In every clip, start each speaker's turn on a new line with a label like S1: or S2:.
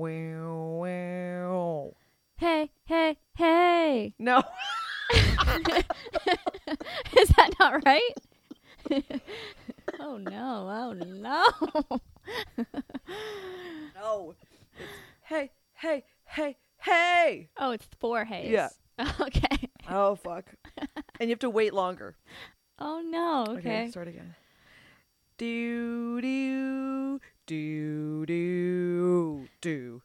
S1: No.
S2: Is that not right? oh no! Oh no!
S1: No. It's, hey, hey, hey, hey.
S2: Oh, it's four haze.
S1: Yeah.
S2: Okay.
S1: Oh, fuck. and you have to wait longer.
S2: Oh no. Okay.
S1: start again. Do, do, do, do, do.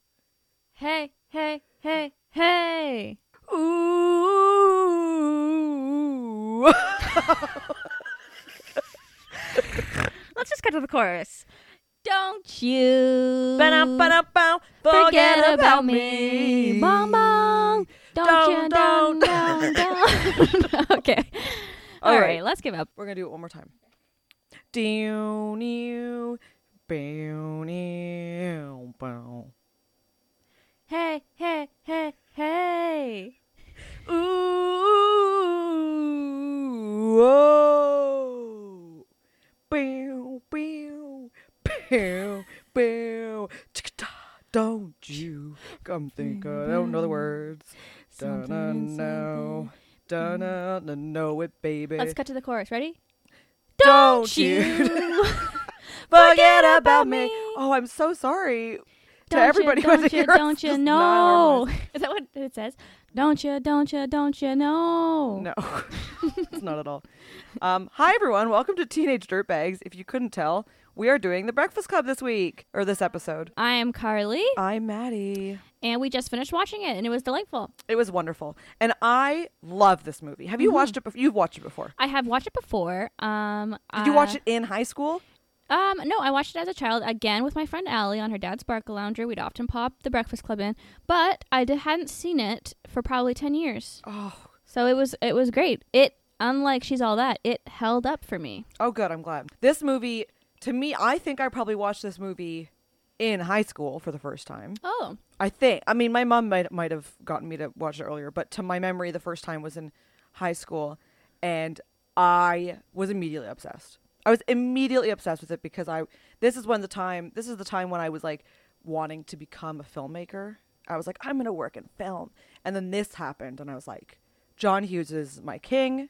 S2: Hey, hey, hey, hey!
S1: Ooh.
S3: Let's just go to the chorus.
S2: Don't you
S1: Ba-dum, ba-dum, bow. Forget about, me.
S2: Bong bong. Don't, you
S1: Don't,
S2: don't don't. don't. okay.
S1: All
S2: All
S1: right.
S2: right, let's give up.
S1: We're gonna do it one more time. Down, you, bow, new, bow.
S2: Hey, hey, hey, hey.
S1: Ooh, oh. Bow, bow, bow, bow. Chick-a-da, Don't you come think I don't know the words. Dun, dun, no. Dun, dun, dun, know it, baby.
S2: Let's cut to the chorus. Ready?
S1: Don't you forget about me. Oh, I'm so sorry to
S2: Don't
S1: everybody who
S2: you,
S1: had
S2: don't
S1: to
S2: you,
S1: hear us.
S2: don't you
S1: It's not
S2: know? Is that what it says? Don't you, don't you, don't you know?
S1: No, it's not at all. Um, hi, everyone. Welcome to Teenage Dirtbags. If you couldn't tell, we are doing the Breakfast Club this week or this episode.
S2: I am Carly,
S1: I'm Maddie.
S2: and we just finished watching it, and it was delightful.
S1: It was wonderful, and I love this movie. Have you
S2: Mm-hmm.
S1: watched it? Before? You've watched it before.
S2: I have watched it before. Um,
S1: Did you watch it in high school?
S2: Um, no, I watched it as a child again with my friend Allie on her dad's Barca Lounger. We'd often pop The Breakfast Club in, but I d- hadn't seen it for probably ten years.
S1: Oh,
S2: So it was it was great. It unlike She's All That, it held up for me.
S1: oh, good. I'm glad. This movie, to me, I think I probably watched this movie in high school for the first time.
S2: Oh,
S1: I think. I mean, my mom might might have gotten me to watch it earlier, but to my memory, the first time was in high school, and I was immediately obsessed. I was immediately obsessed with it because I. This is when the time. This is the time when I was like wanting to become a filmmaker. I was like, I'm gonna work in film, and then this happened, and I was like, John Hughes is my king.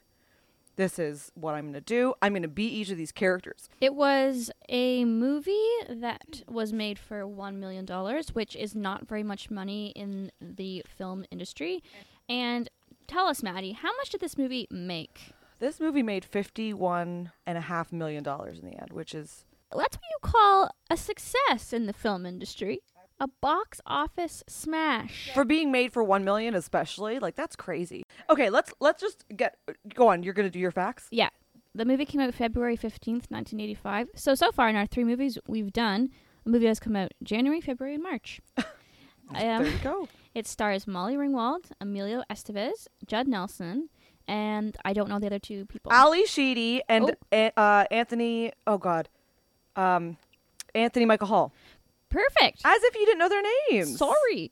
S1: This is what I'm gonna do. I'm gonna be each of these characters.
S2: it was a movie that was made for one million dollars, which is not very much money in the film industry. And tell us, Maddie, how much did this movie make?
S1: This movie made fifty one and a half million dollars in the end, which is
S2: that's what you call a success in the film industry a box office smash
S1: for being made for 1 million especially like that's crazy okay let's let's just get go on you're gonna do your facts
S2: yeah the movie came out february 15th 1985 so so far in our three movies we've done a movie has come out january february and march
S1: there
S2: um,
S1: you go
S2: it stars molly ringwald emilio estevez judd nelson and i don't know the other two people
S1: ali sheedy and An- uh, anthony oh god um anthony michael hall
S2: perfect
S1: as if you didn't know their names
S2: sorry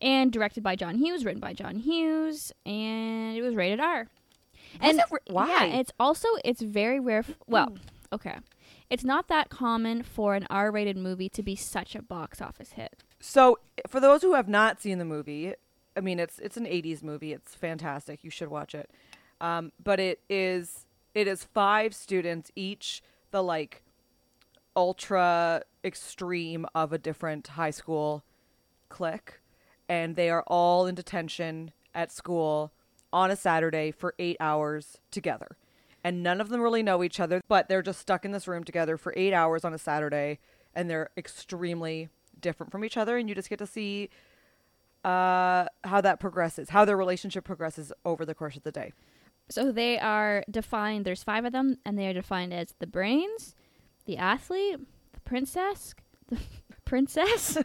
S2: and directed by john hughes written by john hughes and it was rated r and
S1: it re- why?
S2: yeah, it's also it's very rare f- well okay it's not that common for an r-rated movie to be such a box office hit
S1: so for those who have not seen the movie i mean it's it's an 80s movie it's fantastic you should watch it um but it is it is five students each the like ultra extreme of a different high school clique and they are all in detention at school on a Saturday for 8 hours together. And none of them really know each other, but they're just stuck in this room together for 8 hours on a Saturday and they're extremely different from each other and you just get to see uh, how that progresses, how their relationship progresses over the course of the day.
S2: so they are defined there's five of them and they are defined as the brains the athlete the princess the princess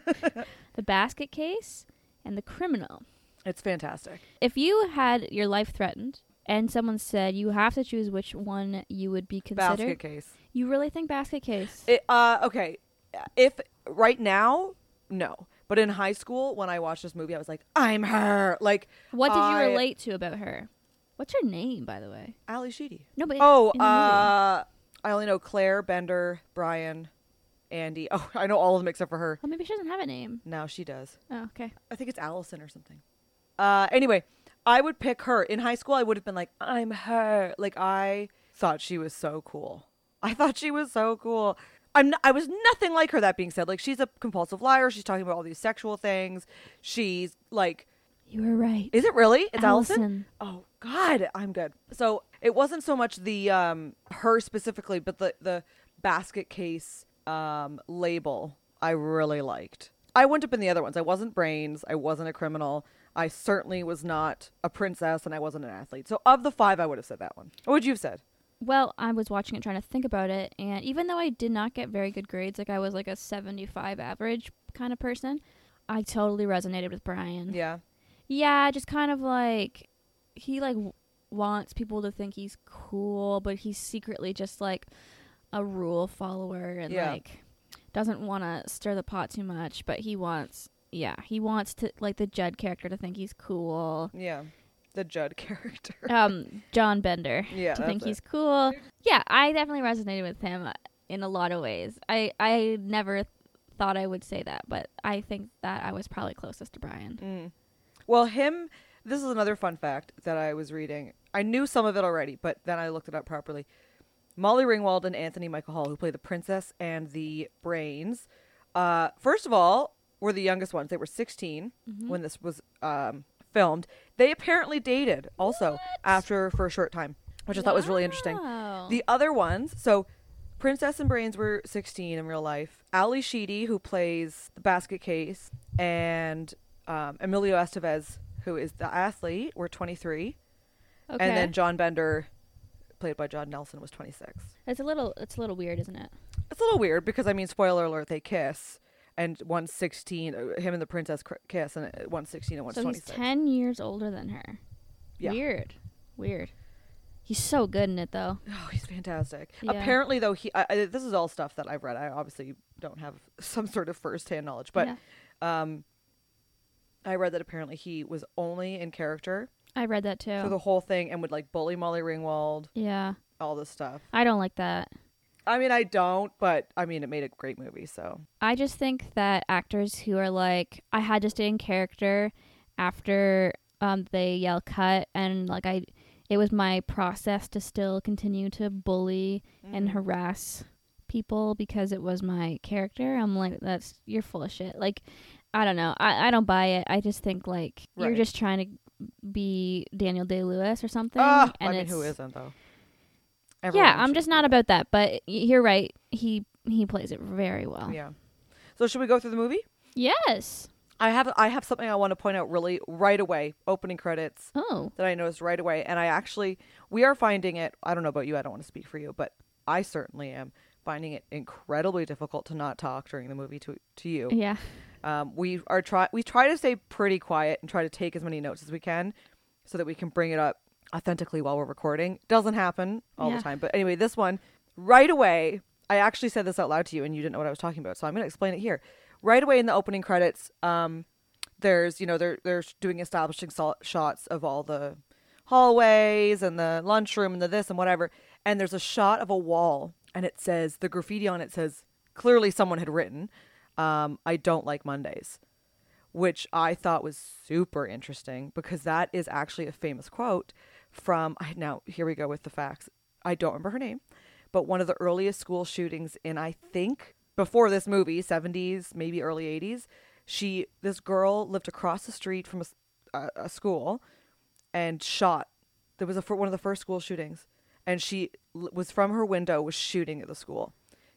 S2: the basket case and the criminal
S1: It's fantastic.
S2: if you had your life threatened and someone said you have to choose which one you would be considered
S1: Basket case.
S2: you really think basket case
S1: It, uh, okay, if right now, no. But in high school, when I watched this movie, I was like, "I'm her." Like,
S2: what did
S1: I-
S2: you relate to about her what's her name by the way
S1: Ali Sheedy.
S2: no but
S1: Oh,
S2: in the movie.
S1: uh, I only know Claire, Bender, Brian, Andy. Oh, I know all of them except for her.
S2: well maybe she doesn't have a name
S1: Now she does.
S2: oh okay
S1: I think it's Allison or something. Uh, anyway, I would pick her. In high school, I would have been like, I'm her. Like, I thought she was so cool. I thought she was so cool. I'm not, I was nothing like her, that being said. Like, she's a compulsive liar. She's talking about all these sexual things. She's like,
S2: You were right.
S1: is it really? It's Allison?
S2: Allison.
S1: Oh God, I'm good. So it wasn't so much the um her specifically, but the the basket case um label I really liked. I wouldn't have been the other ones. I wasn't brains. I wasn't a criminal. I certainly was not a princess, and I wasn't an athlete. So of the five, I would have said that one. What would you have said?
S2: Well, I was watching it trying to think about it, and even though I did not get very good grades, like I was like a 75 average kind of person, I totally resonated with Brian.
S1: Yeah,
S2: Yeah, just kind of like he like w- wants people to think he's cool, but he's secretly just like a rule follower and
S1: Yeah.
S2: like doesn't want to stir the pot too much, but he wants yeah, he wants to like the Judd character to think he's cool.
S1: yeah. The Judd character.
S2: Um John Bender
S1: yeah,
S2: to
S1: that's
S2: think
S1: it.
S2: he's cool. Yeah, I definitely resonated with him uh, in a lot of ways. I I never thought I would say that, but I think that I was probably closest to Brian.
S1: Mm. Well, him. This is another fun fact that I was reading. I knew some of it already, but then I looked it up properly. Molly Ringwald and Anthony Michael Hall, who play the princess and the brains, uh, first of all, were the youngest ones. They were 16 when this was um, filmed. They apparently dated also after for a short time, which I thought was really interesting.
S2: Wow.
S1: The other ones, so Princess and Brains were 16 in real life. Ali Sheedy, who plays the basket case, and um, Emilio Estevez, who is the athlete, were 23.
S2: okay.
S1: And then John Bender, played by John Nelson, was 26.
S2: it's a little it's a little weird, isn't it?
S1: It's a little weird because, I mean, spoiler alert, they kiss. And one's 16, uh, him and the princess cr- kiss, and uh, one's 16 and one's
S2: so he's
S1: 26.
S2: 10 years older than her.
S1: Yeah.
S2: Weird. Weird. He's so good in it though.
S1: Oh, he's fantastic.
S2: Yeah.
S1: Apparently, though, he I, I, this is all stuff that I've read. I obviously don't have some sort of firsthand knowledge, but
S2: Yeah.
S1: um, I read that apparently he was only in character
S2: I read that too.
S1: for the whole thing and would like bully Molly Ringwald,
S2: yeah.
S1: all this stuff.
S2: I don't like that.
S1: I mean, I don't, but I mean, it made a great movie. So
S2: I just think that actors who are like, I had to stay in character after um, they yell cut, and like I, it was my process to still continue to bully and
S1: Mm-hmm.
S2: harass people because it was my character. I'm like, that's you're full of shit. Like, I don't know, I, I don't buy it. I just think like
S1: Right.
S2: you're just trying to be Daniel Day Lewis or something.
S1: Ah, I
S2: and
S1: mean, who
S2: it's-
S1: isn't though?
S2: Yeah,
S1: Everyone
S2: I'm
S1: should
S2: just
S1: be
S2: not
S1: that.
S2: about that, but y- you're right. He he plays it very well.
S1: Yeah. So should we go through the movie?
S2: Yes.
S1: I have I have something I want to point out really right away. Opening credits.
S2: Oh.
S1: that I noticed right away. And I actually, we are finding it, I don't know about you, I don't want to speak for you, but I certainly am finding it incredibly difficult to not talk during the movie to, to you.
S2: Yeah.
S1: Um, we are try we try to stay pretty quiet and try to take as many notes as we can so that we can bring it up authentically while we're recording. Doesn't happen all
S2: Yeah.
S1: the time. But anyway, this one right away, I actually said this out loud to you and you didn't know what I was talking about. So I'm going to explain it here. Right away in the opening credits, um, there's, you know, they're, they're doing establishing sol- shots of all the hallways and the lunchroom and the this and whatever. And there's a shot of a wall and it says, the graffiti on it says, clearly someone had written, um, I don't like Mondays which I thought was super interesting because that is actually a famous quote from I now here we go with the facts. I don't remember her name, but one of the earliest school shootings in I think before this movie, 70s, maybe early 80s, she this girl lived across the street from a, s- a- a school and shot. There was a fir- one of the first school shootings and she l- was from her window was shooting at the school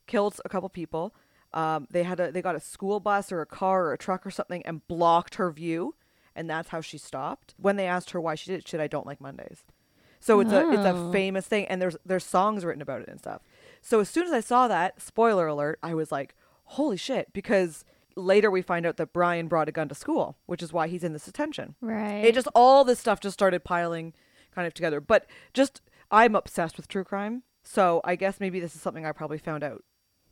S1: killed a couple people. Um, they had a they got a school bus or a car or a truck or something and blocked her view, and that's how she stopped. When they asked her why she did it, she said, "I don't like Mondays." So it's a it's a
S2: Oh.
S1: famous thing, and there's there's songs written about it and stuff. So as soon as I saw that, spoiler alert, I was like, "Holy shit!" Because later we find out that Brian brought a gun to school, which is why he's in this detention.
S2: Right.
S1: It just all this stuff just started piling kind of together. But just I'm obsessed with true crime, so I guess maybe this is something I probably found out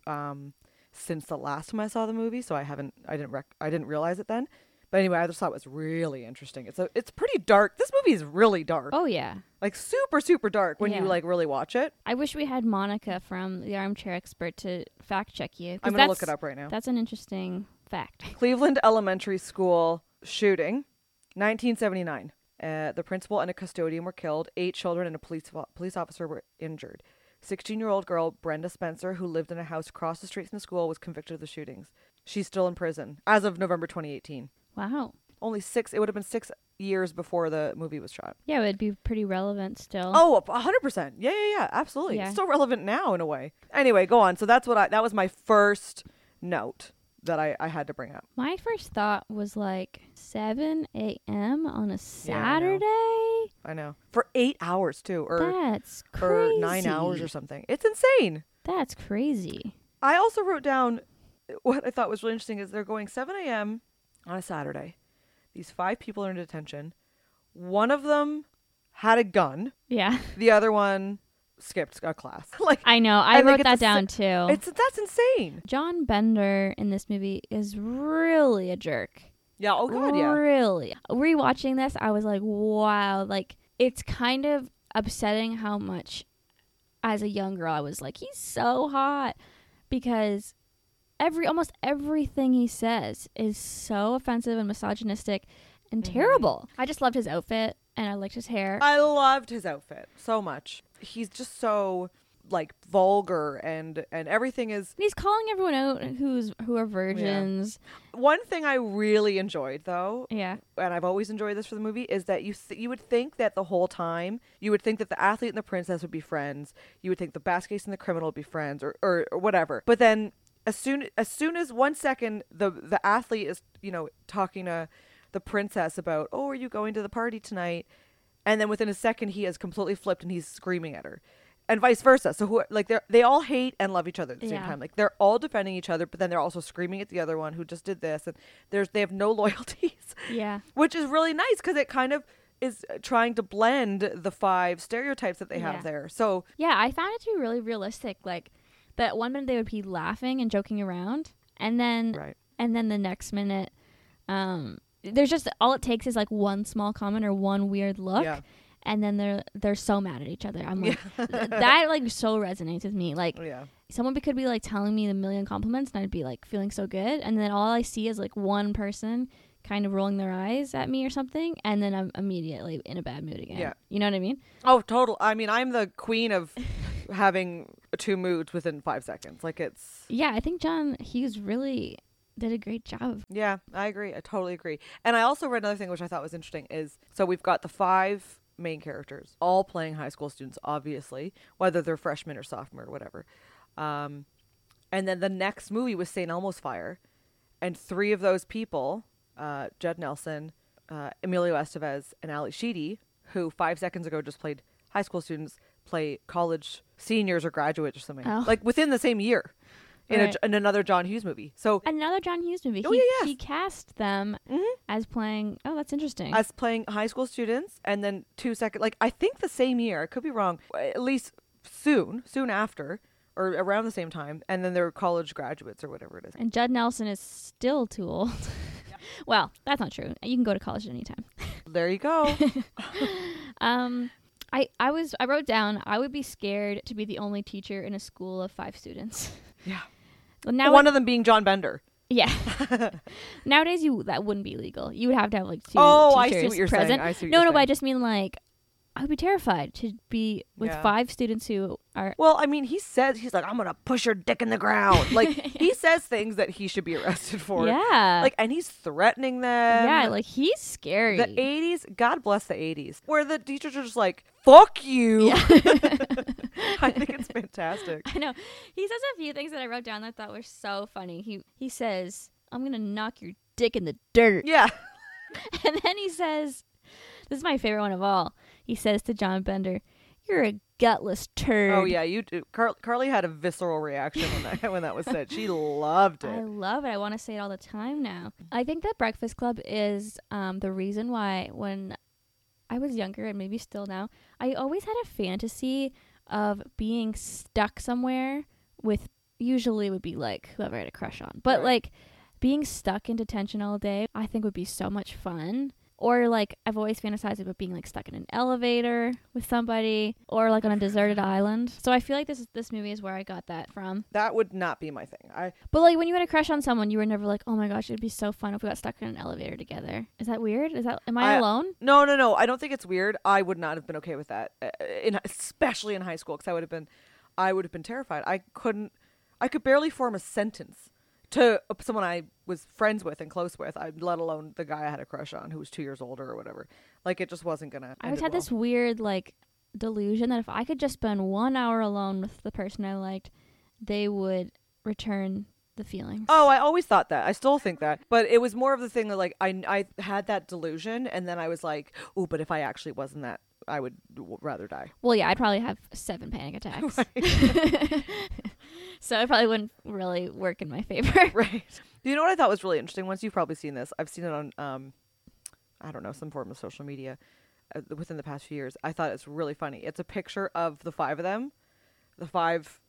S1: um, since the last time I saw the movie. So I haven't, I didn't, rec- I didn't realize it then. But anyway, I just thought it was really interesting. It's a, it's pretty dark. This movie is really dark,
S2: Oh yeah.
S1: like super, super dark when you
S2: Yeah.
S1: like really watch it.
S2: I wish we had Monica from the Armchair Expert to fact check you. 'cause
S1: I'm gonna look
S2: that's-
S1: it up right now.
S2: That's an interesting fact.
S1: Cleveland Elementary School shooting, 1979. Uh, the principal and a custodian were killed. Eight children and a police fo- police officer were injured. 16 year old girl Brenda Spencer, who lived in a house across the street from the school, was convicted of the shootings. She's still in prison as of November 2018.
S2: Wow.
S1: Only six, it would have been six years before the movie was shot.
S2: Yeah, it would be pretty relevant still.
S1: Oh, 100%. Yeah, yeah, yeah. Absolutely.
S2: Yeah.
S1: It's still relevant now in a way. Anyway, go on. So that's what I, that was my first note that I, I had to bring up.
S2: My first thought was like 7 a.m. on
S1: I
S2: a
S1: know.
S2: Saturday?
S1: I know. For eight hours, too, or,
S2: That's crazy.
S1: or nine hours or something. It's insane.
S2: That's crazy.
S1: I also wrote down what I thought was really interesting is they're going 7 a.m. on a Saturday. These five people are in detention. One of them had a gun.
S2: Yeah.
S1: The other one skipped a class. like
S2: I know. I
S1: And, like,
S2: wrote
S1: it's a
S2: that
S1: sa-
S2: down too.
S1: it's that's insane.
S2: John Bender in this movie is really a jerk.
S1: Yeah. Oh god. Yeah.
S2: Really. Rewatching this, I was like, wow. Like, it's kind of upsetting how much, as a young girl, I was like, he's so hot. Because every, almost everything he says is so offensive and misogynistic and
S1: Mm-hmm.
S2: terrible. I just loved his outfit and I liked his hair.
S1: I loved his outfit so much. He's just so like vulgar and and everything is
S2: and he's calling everyone out who's who
S1: Oh,
S2: are virgins.
S1: one thing I really enjoyed though
S2: Yeah.
S1: and I've always enjoyed this for the movie is that you th- you would think that the whole time you would think that the athlete and the princess would be friends. You would think the basket case and the criminal would be friends, or, or, or whatever. But then as soon as soon as one second the the athlete is you know talking to the princess about oh are you going to the party tonight, and then within a second he has completely flipped and he's screaming at her. And vice versa. So who like they are they all hate and love each other at the same
S2: Yeah.
S1: time. Like they're all defending each other, but then they're also screaming at the other one who just did this. And there's they have no loyalties
S2: Yeah.
S1: which is really nice because it kind of is trying to blend the five stereotypes that they
S2: Yeah.
S1: have there. So
S2: Yeah, I found it to be really realistic. Like that one minute they would be laughing and joking around, and then
S1: right,
S2: and then the next minute, um, there's just all it takes is like one small comment or one weird look,
S1: Yeah.
S2: and then they're they're so mad at each other. I'm like th- that like so resonates with me. Like
S1: yeah,
S2: someone could be like telling me the million compliments, and I'd be like feeling so good, and then all I see is like one person kind of rolling their eyes at me or something, and then I'm immediately in a bad mood again.
S1: Yeah.
S2: you know what I mean?
S1: oh, total. I mean, I'm the queen of having two moods within five seconds. Like it's
S2: Yeah, I think John Hughes really did a great job of
S1: yeah, I agree. I totally agree. And I also read another thing which I thought was interesting is so we've got the five main characters all playing high school students, obviously, whether they're freshmen or sophomore or whatever. Um, and then the next movie was St. Elmo's Fire, and three of those people, uh, Judd Nelson, uh, Emilio Estevez, and Ali Sheedy, who five seconds ago just played high school students, play college seniors or graduates or something,
S2: Oh.
S1: like within the same year, in,
S2: Right.
S1: a, in another John Hughes movie. So
S2: another John Hughes movie.
S1: Oh,
S2: he,
S1: yeah, yeah.
S2: he cast them as playing. Oh, that's interesting.
S1: as playing high school students and then two second like i think the same year i could be wrong at least soon soon after or around the same time and then they're college graduates or whatever it is
S2: and Judd Nelson is still too old. well, that's not true. You can go to college at any time.
S1: there you go
S2: Um, I I was I wrote down I would be scared to be the only teacher in a school of five students.
S1: yeah
S2: Well, now
S1: one of them being john bender
S2: yeah. Nowadays, you that wouldn't be legal. You would have to have like two
S1: oh i
S2: teachers
S1: see what you're
S2: present.
S1: saying i see what
S2: no,
S1: you're
S2: no, but I
S1: saying.
S2: just mean like I would be terrified to be with
S1: Yeah.
S2: five students who are
S1: well i mean he says he's like i'm gonna push your dick in the ground like he says things that he should be arrested for
S2: yeah
S1: like and he's threatening them
S2: yeah like he's scary
S1: the 80s god bless the 80s where the teachers are just like fuck you i think it's fantastic
S2: I know. He says a few things that I wrote down that I thought were so funny. He he says, "I'm gonna knock your dick in the dirt,"
S1: Yeah.
S2: and then he says, "This is my favorite one of all." He says to John Bender, "You're a gutless turd."
S1: Oh yeah, you do. Car- Carly had a visceral reaction when that when that was said. She loved
S2: I
S1: it.
S2: love it. I want to say it all the time now. I think that Breakfast Club is um, the reason why when I was younger and maybe still now, I always had a fantasy of being stuck somewhere with usually would be like whoever I had a crush on. But
S1: Right.
S2: like being stuck in detention all day, I think would be so much fun. Or like I've always fantasized about being like stuck in an elevator with somebody or like on a deserted island. So I feel like this is, this movie is where I got that from.
S1: That would not be my thing. I
S2: But like when you had a crush on someone, you were never like, "Oh my gosh, it'd be so fun if we got stuck in an elevator together." Is that weird? Is that am I,
S1: I-
S2: alone?
S1: no, no, no. I don't think it's weird. I would not have been okay with that, uh, in especially in high school, because I would have been, I would have been terrified. I couldn't, I could barely form a sentence to uh, someone I was friends with and close with. I let alone the guy I had a crush on, who was two years older or whatever. Like it just wasn't gonna.
S2: I always
S1: end
S2: had
S1: well.
S2: this weird like delusion that if I could just spend 1 hour alone with the person I liked, they would return the feelings.
S1: Oh, I always thought that. I still think that. But it was more of the thing that like I I had that delusion and then I was like, "Ooh, but if I actually wasn't that, I would w- rather die."
S2: Well, yeah, I'd probably have seven panic attacks. so it probably wouldn't really work in my favor.
S1: Right. You know what I thought was really interesting? Once you've probably seen this. I've seen it on um I don't know, some form of social media uh, within the past few years. I thought it's really funny. It's a picture of the five of them, the five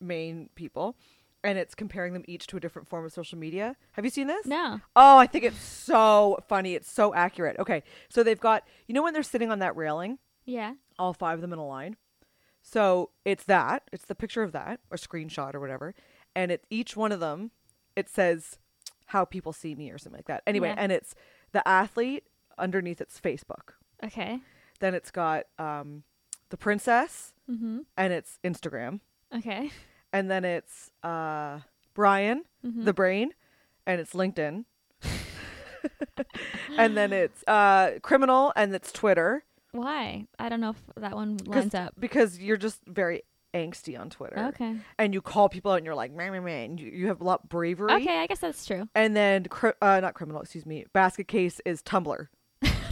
S1: main people, and it's comparing them each to a different form of social media. Have you seen this?
S2: No.
S1: Oh, I think it's so funny. It's so accurate. Okay. So they've got, you know, when they're sitting on that railing,
S2: Yeah.
S1: all five of them in a line. So it's that, it's the picture of that, or screenshot or whatever. And it each one of them, it says how people see me or something like that. Anyway,
S2: Yeah.
S1: and it's the athlete underneath it's Facebook.
S2: Okay.
S1: Then it's got um, the princess
S2: Mm-hmm.
S1: and it's Instagram.
S2: Okay.
S1: And then it's uh, Brian,
S2: Mm-hmm.
S1: the brain, and it's LinkedIn. and then it's uh, criminal and it's Twitter.
S2: Why? I don't know if that one lines up.
S1: because you're just very angsty on Twitter.
S2: Okay.
S1: And you call people out and you're like, man, man, man. You, you have a lot of bravery.
S2: Okay, I guess that's true.
S1: And then, cri- uh, not criminal, excuse me, basket case is Tumblr.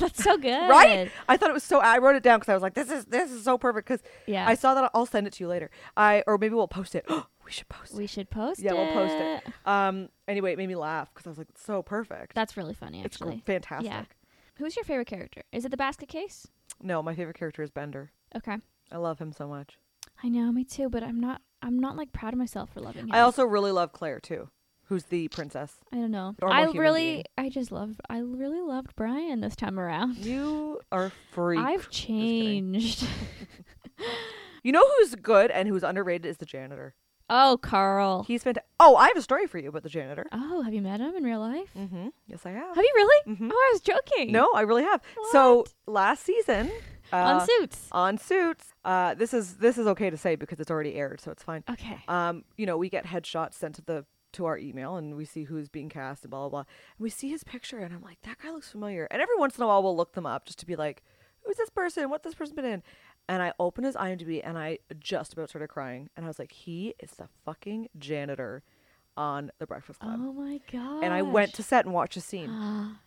S2: That's so good.
S1: Right? I thought it was so, I wrote it down because I was like, this is this is so perfect because
S2: Yeah.
S1: I saw that. I'll send it to you later. I Or maybe we'll post it. we should post
S2: we should post
S1: Yeah,
S2: it.
S1: we'll post it. it. Um, anyway, it made me laugh because I was like, it's so perfect.
S2: That's really funny,
S1: it's gr-
S2: actually.
S1: fantastic.
S2: Who's your favorite character? Is it the basket case?
S1: No, my favorite character is Bender.
S2: Okay.
S1: I love him so much.
S2: I know, me too, but I'm not. I'm not like proud of myself for loving him.
S1: I also really love Claire too, who's the princess.
S2: I don't know.
S1: normal
S2: I
S1: human
S2: really,
S1: being.
S2: I just love. I really loved Brian this time around.
S1: You are free.
S2: I've changed.
S1: You know who's good and who's underrated is the janitor.
S2: oh, Carl.
S1: He's fantastic. Oh, I have a story for you about the janitor.
S2: oh, have you met him in real life?
S1: Mm-hmm. Yes, I have.
S2: Have you really?
S1: Mhm.
S2: Oh, I was joking.
S1: No, I really have. So last season, uh,
S2: on suits.
S1: on suits, uh, this is this is okay to say because it's already aired, so it's fine.
S2: Okay.
S1: um, you know, we get headshots sent to the to our email and we see who's being cast and blah blah blah. And we see his picture and I'm like, that guy looks familiar. And every once in a while we'll look them up just to be like, who's this person? What this person been in? And I opened his IMDb and I just about started crying. And I was like, he is the fucking janitor on The Breakfast Club.
S2: oh my god.
S1: And I went to set and watched a scene.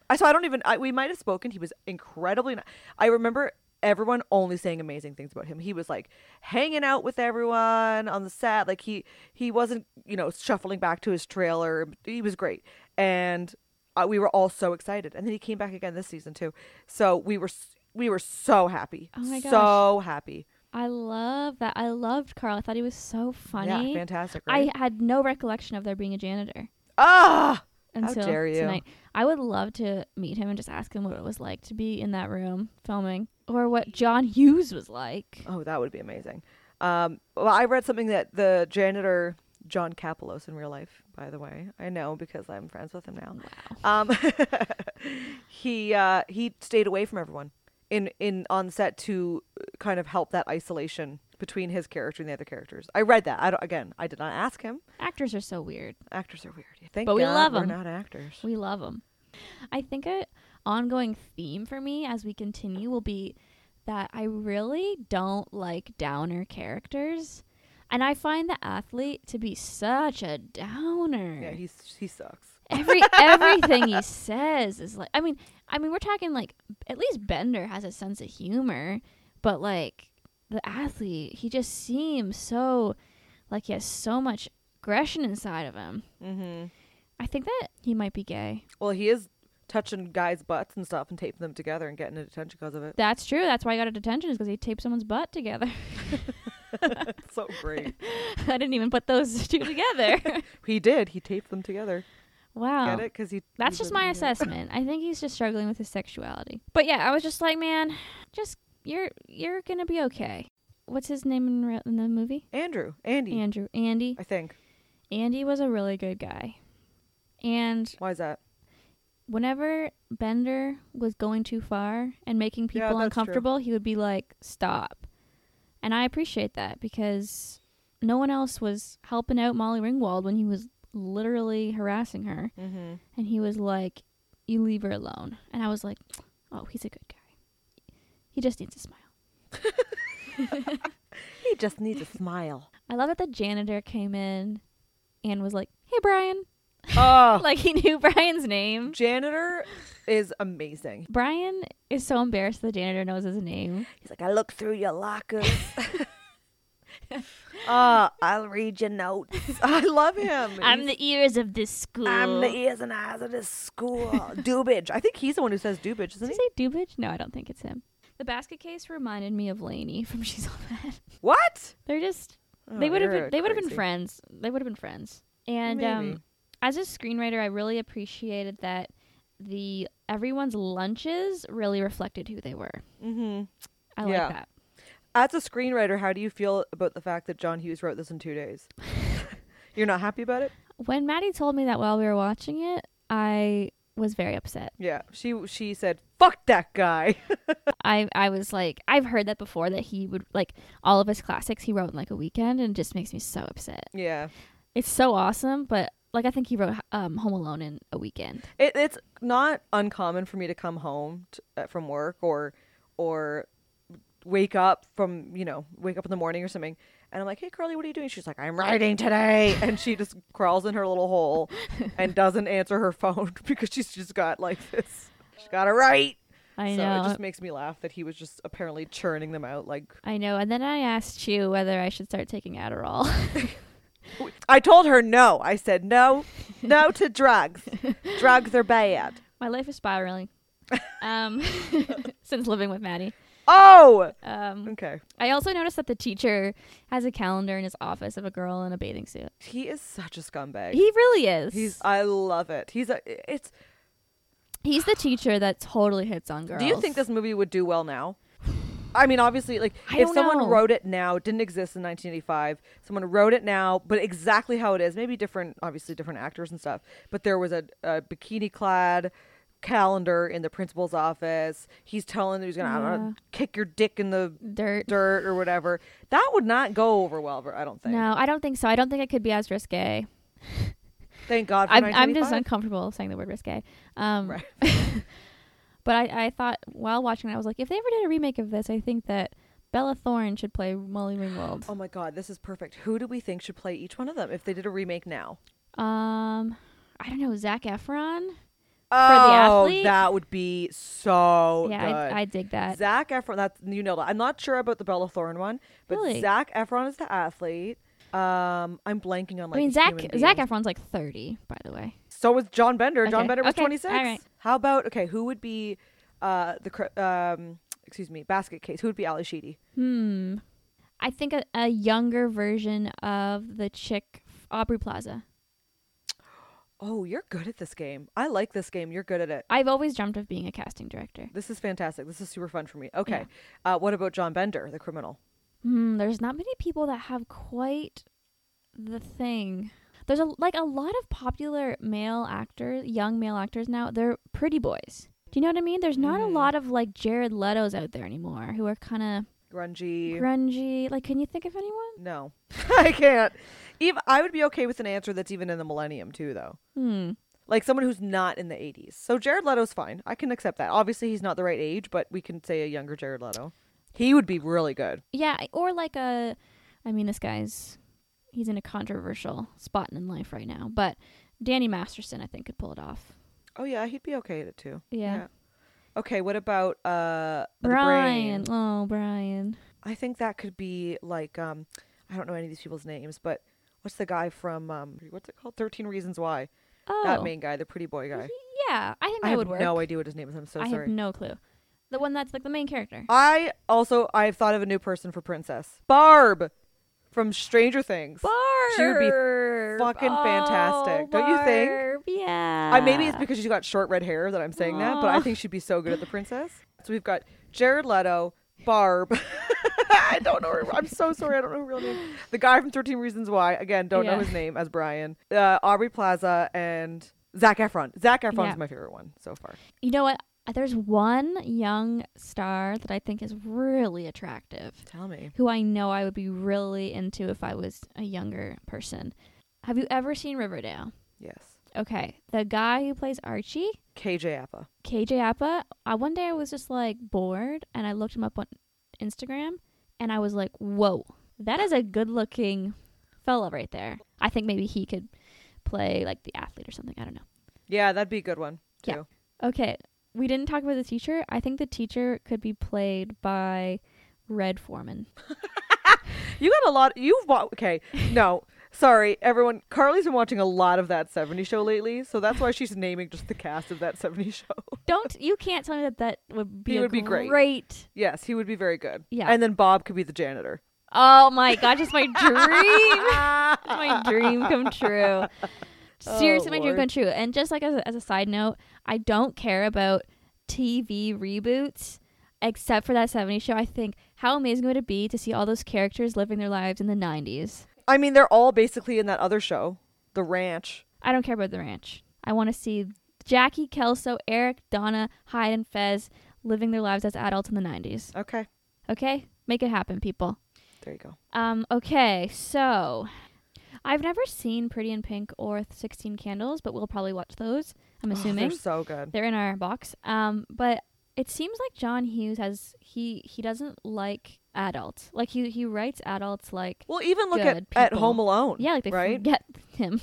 S1: I so I don't even. I, we might have spoken. He was incredibly. ni- I remember everyone only saying amazing things about him. He was like hanging out with everyone on the set. Like he he wasn't you know shuffling back to his trailer. He was great, and uh, we were all so excited. And then he came back again this season too. So we were s- we were so happy.
S2: Oh my
S1: So happy.
S2: I love that. I loved Carl. I thought he was so funny.
S1: Yeah, fantastic. Right?
S2: I had no recollection of there being a janitor
S1: ah. How
S2: until
S1: dare you.
S2: tonight. I would love to meet him and just ask him what it was like to be in that room filming, or what John Hughes was like.
S1: Oh, that would be amazing. Um, well, I read something that the janitor John Capolos in real life, by the way, I know because I'm friends with him now. Um, he uh, he stayed away from everyone in in on set to kind of help that isolation between his character and the other characters. I read that. I don't, again, I did not ask him.
S2: Actors are so weird.
S1: Actors are weird. Thank
S2: But we
S1: God
S2: love
S1: we're
S2: 'em.
S1: not actors.
S2: We love them. I think a ongoing theme for me as we continue will be that I really don't like downer characters. And I find the athlete to be such a downer.
S1: Yeah, he's he sucks.
S2: Every everything he says is like I mean I mean we're talking like at least Bender has a sense of humor, but like the athlete, he just seems so like he has so much aggression inside of him.
S1: Mm-hmm.
S2: I think that he might be gay.
S1: Well, he is touching guys' butts and stuff and taping them together and getting a detention because of it.
S2: That's true. That's why I got a detention is because he taped someone's butt together.
S1: That's so great.
S2: I didn't even put those two together.
S1: He did. He taped them together.
S2: Wow.
S1: Get it? Because he.
S2: Oh. That's
S1: he
S2: just
S1: wouldn't
S2: my
S1: get it.
S2: assessment. I think he's just struggling with his sexuality. But yeah, I was just like, man, just you're you're gonna be okay. What's his name in, re- in the movie?
S1: Andrew, Andy,
S2: Andrew. Andy.
S1: I think.
S2: Andy was a really good guy. And
S1: Why is that?
S2: whenever Bender was going too far and making
S1: Yeah,
S2: people
S1: that's true.
S2: uncomfortable, he would be like, "Stop." And I appreciate that because no one else was helping out Molly Ringwald when he was literally harassing her,
S1: Mm-hmm.
S2: and he was like, "You leave her alone." And I was like, "Oh, he's a good guy. He just needs a smile."
S1: He just needs a smile.
S2: I love that the janitor came in and was like, "Hey, Brian."
S1: Oh,
S2: Like he knew Brian's name.
S1: janitor is amazing.
S2: Brian is so embarrassed the janitor knows his name.
S1: He's like, I look through your lockers. Ah, I'll read your notes. I love him.
S2: I'm
S1: He's-
S2: the ears of this school.
S1: I'm the ears and eyes of this school. Dubage. I think he's the one who says dubage, isn't
S2: Did
S1: he?
S2: he say Dubage? No, I don't think it's him. The basket case reminded me of Lainey from She's All That.
S1: What?
S2: They're just
S1: Oh,
S2: they would have
S1: you're
S2: been they would have been
S1: crazy.
S2: friends. They would have been friends. And
S1: Maybe.
S2: um, as a screenwriter, I really appreciated that the everyone's lunches really reflected who they were.
S1: Mhm.
S2: I
S1: Yeah.
S2: like that.
S1: As a screenwriter, how do you feel about the fact that John Hughes wrote this in two days? You're not happy about it?
S2: When Maddie told me that while we were watching it, I was very upset.
S1: Yeah. She she said, "Fuck that guy."
S2: I I was like, I've heard that before that he would like all of his classics he wrote in like a weekend, and it just makes me so upset.
S1: yeah.
S2: It's so awesome, but like I think he wrote um, Home Alone in a weekend.
S1: It, it's not uncommon for me to come home t uh, from work or or wake up from you know wake up in the morning or something and i'm like hey carly what are you doing she's like i'm writing today and she just crawls in her little hole and doesn't answer her phone because she's just got like this she's gotta write
S2: I
S1: so
S2: know.
S1: it just makes me laugh that he was just apparently churning them out like
S2: I know. And then I asked you whether I should start taking Adderall.
S1: i told her no i said no no to drugs drugs are bad
S2: My life is spiraling. Um, since living with Maddie.
S1: oh
S2: Um,
S1: okay
S2: I also noticed that the teacher has a calendar in his office of a girl in a bathing suit.
S1: he is such a scumbag
S2: He really is.
S1: He's I love it. He's a it's
S2: He's the teacher that totally hits on girls.
S1: Do you think this movie would do well now? I mean, obviously, like
S2: I
S1: if
S2: don't
S1: someone
S2: know.
S1: wrote it now, it didn't exist in 1985. Someone wrote it now, but exactly how it is, maybe different, obviously different actors and stuff. But there was a, a bikini-clad calendar in the principal's office. He's telling that he's gonna I don't know, kick your dick in the
S2: dirt?
S1: dirt or whatever. That would not go over well. I don't think.
S2: No, I don't think so. I don't think it could be as risque.
S1: Thank God. For
S2: I'm, I'm just
S1: 1985.
S2: uncomfortable saying the word risque. Um,
S1: Right.
S2: but I, I thought while watching it, I was like, if they ever did a remake of this, I think that Bella Thorne should play Molly Ringwald.
S1: Oh my God, this is perfect. Who do we think should play each one of them if they did a remake now?
S2: Um, I don't know, Zach Efron. the
S1: Oh,
S2: athlete?
S1: that would be so
S2: yeah, I, I dig that.
S1: Zach Efron, that's you know that. I'm not sure about the Bella Thorne one, but
S2: Really?
S1: Zach Efron is the athlete. Um, I'm blanking on like.
S2: I mean,
S1: a
S2: Zach
S1: human
S2: Zach
S1: being.
S2: Efron's like 30, by the way.
S1: So was John Bender. John
S2: Okay,
S1: Bender was
S2: okay,
S1: 26.
S2: all right.
S1: How about okay? Who would be uh the cr- um excuse me basket case? Who would be Ali Sheedy?
S2: Hmm. I think a, a younger version of the chick Aubrey Plaza.
S1: Oh, you're good at this game. I like this game. You're good at it.
S2: I've always dreamt of being a casting director.
S1: This is fantastic. This is super fun for me. Okay. Uh, what about John Bender, the criminal?
S2: Hmm, there's not many people that have quite the thing. There's a like a lot of popular male actors, young male actors now. They're pretty boys. Do you know what I mean? There's not a
S1: Mhm.
S2: lot of like Jared Leto's out there anymore who are kind of
S1: Grungy.
S2: grungy. Like, can you think of anyone?
S1: No, I can't. Even I would be okay with an answer that's even in the millennium too, though.
S2: Hmm.
S1: Like someone who's not in the '80s. So Jared Leto's fine. I can accept that. Obviously, he's not the right age, but we can say a younger Jared Leto. He would be really good.
S2: Yeah, or like a, I mean, this guy's, he's in a controversial spot in life right now. But Danny Masterson, I think, could pull it off.
S1: Oh yeah, he'd be okay at it too.
S2: Yeah,
S1: Okay, what about uh the
S2: Brian.
S1: brain?
S2: Oh, Brian.
S1: I think that could be like um I don't know any of these people's names, but what's the guy from um what's it called? Thirteen Reasons Why.
S2: Oh,
S1: That main guy, the pretty boy guy.
S2: yeah. I think that
S1: I have
S2: would work.
S1: no idea what his name is. I'm so
S2: I
S1: sorry.
S2: have no clue. The one that's like the main character.
S1: I also I've thought of a new person for princess. Barb from Stranger Things.
S2: Barb. Oh,
S1: She would be fucking fantastic, don't you think?
S2: Barb. Sylvia.
S1: I, maybe it's because she's got short red hair that I'm saying that, but I
S2: Aw.
S1: think she'd be so good at the princess. So we've got Jared Leto, Barb. I don't know. Her, I'm so sorry. I don't know her real name. The guy from 13 Reasons Why. Again, don't know
S2: Yeah.
S1: his name as Brian. Uh, Aubrey Plaza and Zach Efron. Zach Efron's
S2: Yeah.
S1: my favorite one so far.
S2: You know what? There's one young star that I think is really attractive,
S1: Tell me.
S2: who I know I would be really into if I was a younger person. Have you ever seen Riverdale?
S1: Yes.
S2: Okay, the guy who plays Archie,
S1: KJ Appa.
S2: KJ Appa. I, one day I was just like bored, and I looked him up on Instagram, and I was like, "Whoa, that is a good-looking fella right there." I think maybe he could play like the athlete or something. I don't know.
S1: Yeah, that'd be a good one too.
S2: Yeah. Okay, we didn't talk about the teacher. I think the teacher could be played by Red Foreman.
S1: You got a lot. You've watched. Okay, no, sorry, everyone. Carly's been watching a lot of that '70s show lately, so that's why she's naming just the cast of that '70s show.
S2: Don't you can't tell me that that would be
S1: He
S2: a
S1: would be great. Yes, he would be very good.
S2: Yeah.
S1: and then Bob could be the janitor.
S2: Oh my god, just my dream. my dream come true. Seriously, my dream
S1: Oh, Lord.
S2: come true. And just like as a, as a side note, I don't care about TV reboots except for that 70s show. I think how amazing would it be to see all those characters living their lives in the 90s?
S1: I mean, they're all basically in that other show, The Ranch.
S2: I don't care about the ranch. I want to see Jackie, Kelso, Eric, Donna, Hyde, and Fez living their lives as adults in the 90s.
S1: Okay,
S2: Okay? Make it happen, people.
S1: there you go.
S2: Um, okay, so I've never seen Pretty in Pink or Sixteen Candles, but we'll probably watch those. I'm
S1: Oh,
S2: assuming
S1: they're so good.
S2: they're in our box. Um, but it seems like John Hughes has he he doesn't like adults. Like he he writes adults like
S1: Well, even look at,
S2: Good
S1: at
S2: people.
S1: Home Alone.
S2: yeah, like they
S1: right.
S2: forget him.